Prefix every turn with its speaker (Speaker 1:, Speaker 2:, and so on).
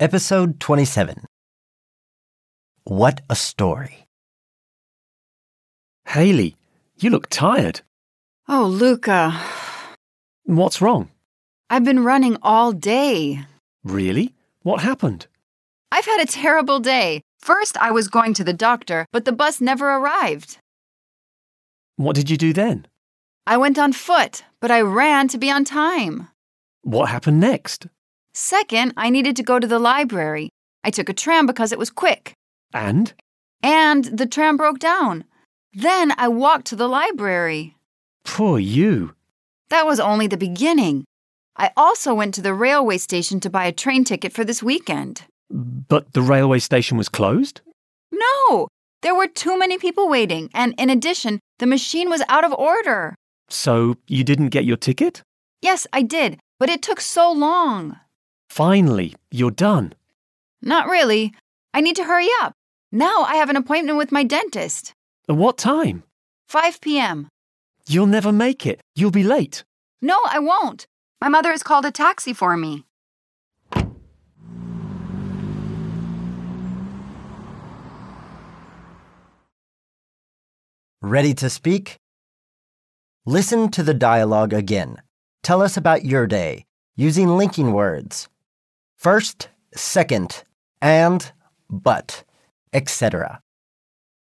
Speaker 1: Episode 27 What a Story.
Speaker 2: Haley, you look tired.
Speaker 3: Oh, Luca,
Speaker 2: What's wrong?
Speaker 3: I've been running all day.
Speaker 2: Really? What happened?
Speaker 3: I've had a terrible day. First, I was going to the doctor, but the bus never arrived.
Speaker 2: What did you do then?
Speaker 3: I went on foot, but I ran to be on time.
Speaker 2: What happened next?
Speaker 3: Second, I needed to go to the library. I took a tram because it was quick,
Speaker 2: And?
Speaker 3: and the tram broke down. Then I walked to the library.
Speaker 2: Poor you.
Speaker 3: That was only the beginning. I also went to the railway station to buy a train ticket for this weekend.
Speaker 2: But the railway station was closed?
Speaker 3: No! There were too many people waiting, and in addition, the machine was out of order.
Speaker 2: So you didn't get your ticket?
Speaker 3: Yes, I did, but it took so long.
Speaker 2: Finally, you're done.
Speaker 3: Not really. I need to hurry up. Now I have an appointment with my dentist.
Speaker 2: At what time?
Speaker 3: 5 p.m.
Speaker 2: You'll never make it. You'll be late.
Speaker 3: No, I won't. My mother has called a taxi for me.
Speaker 1: Ready to speak? Listen to the dialogue again. Tell us about your day using linking words first, second, and, but, etc.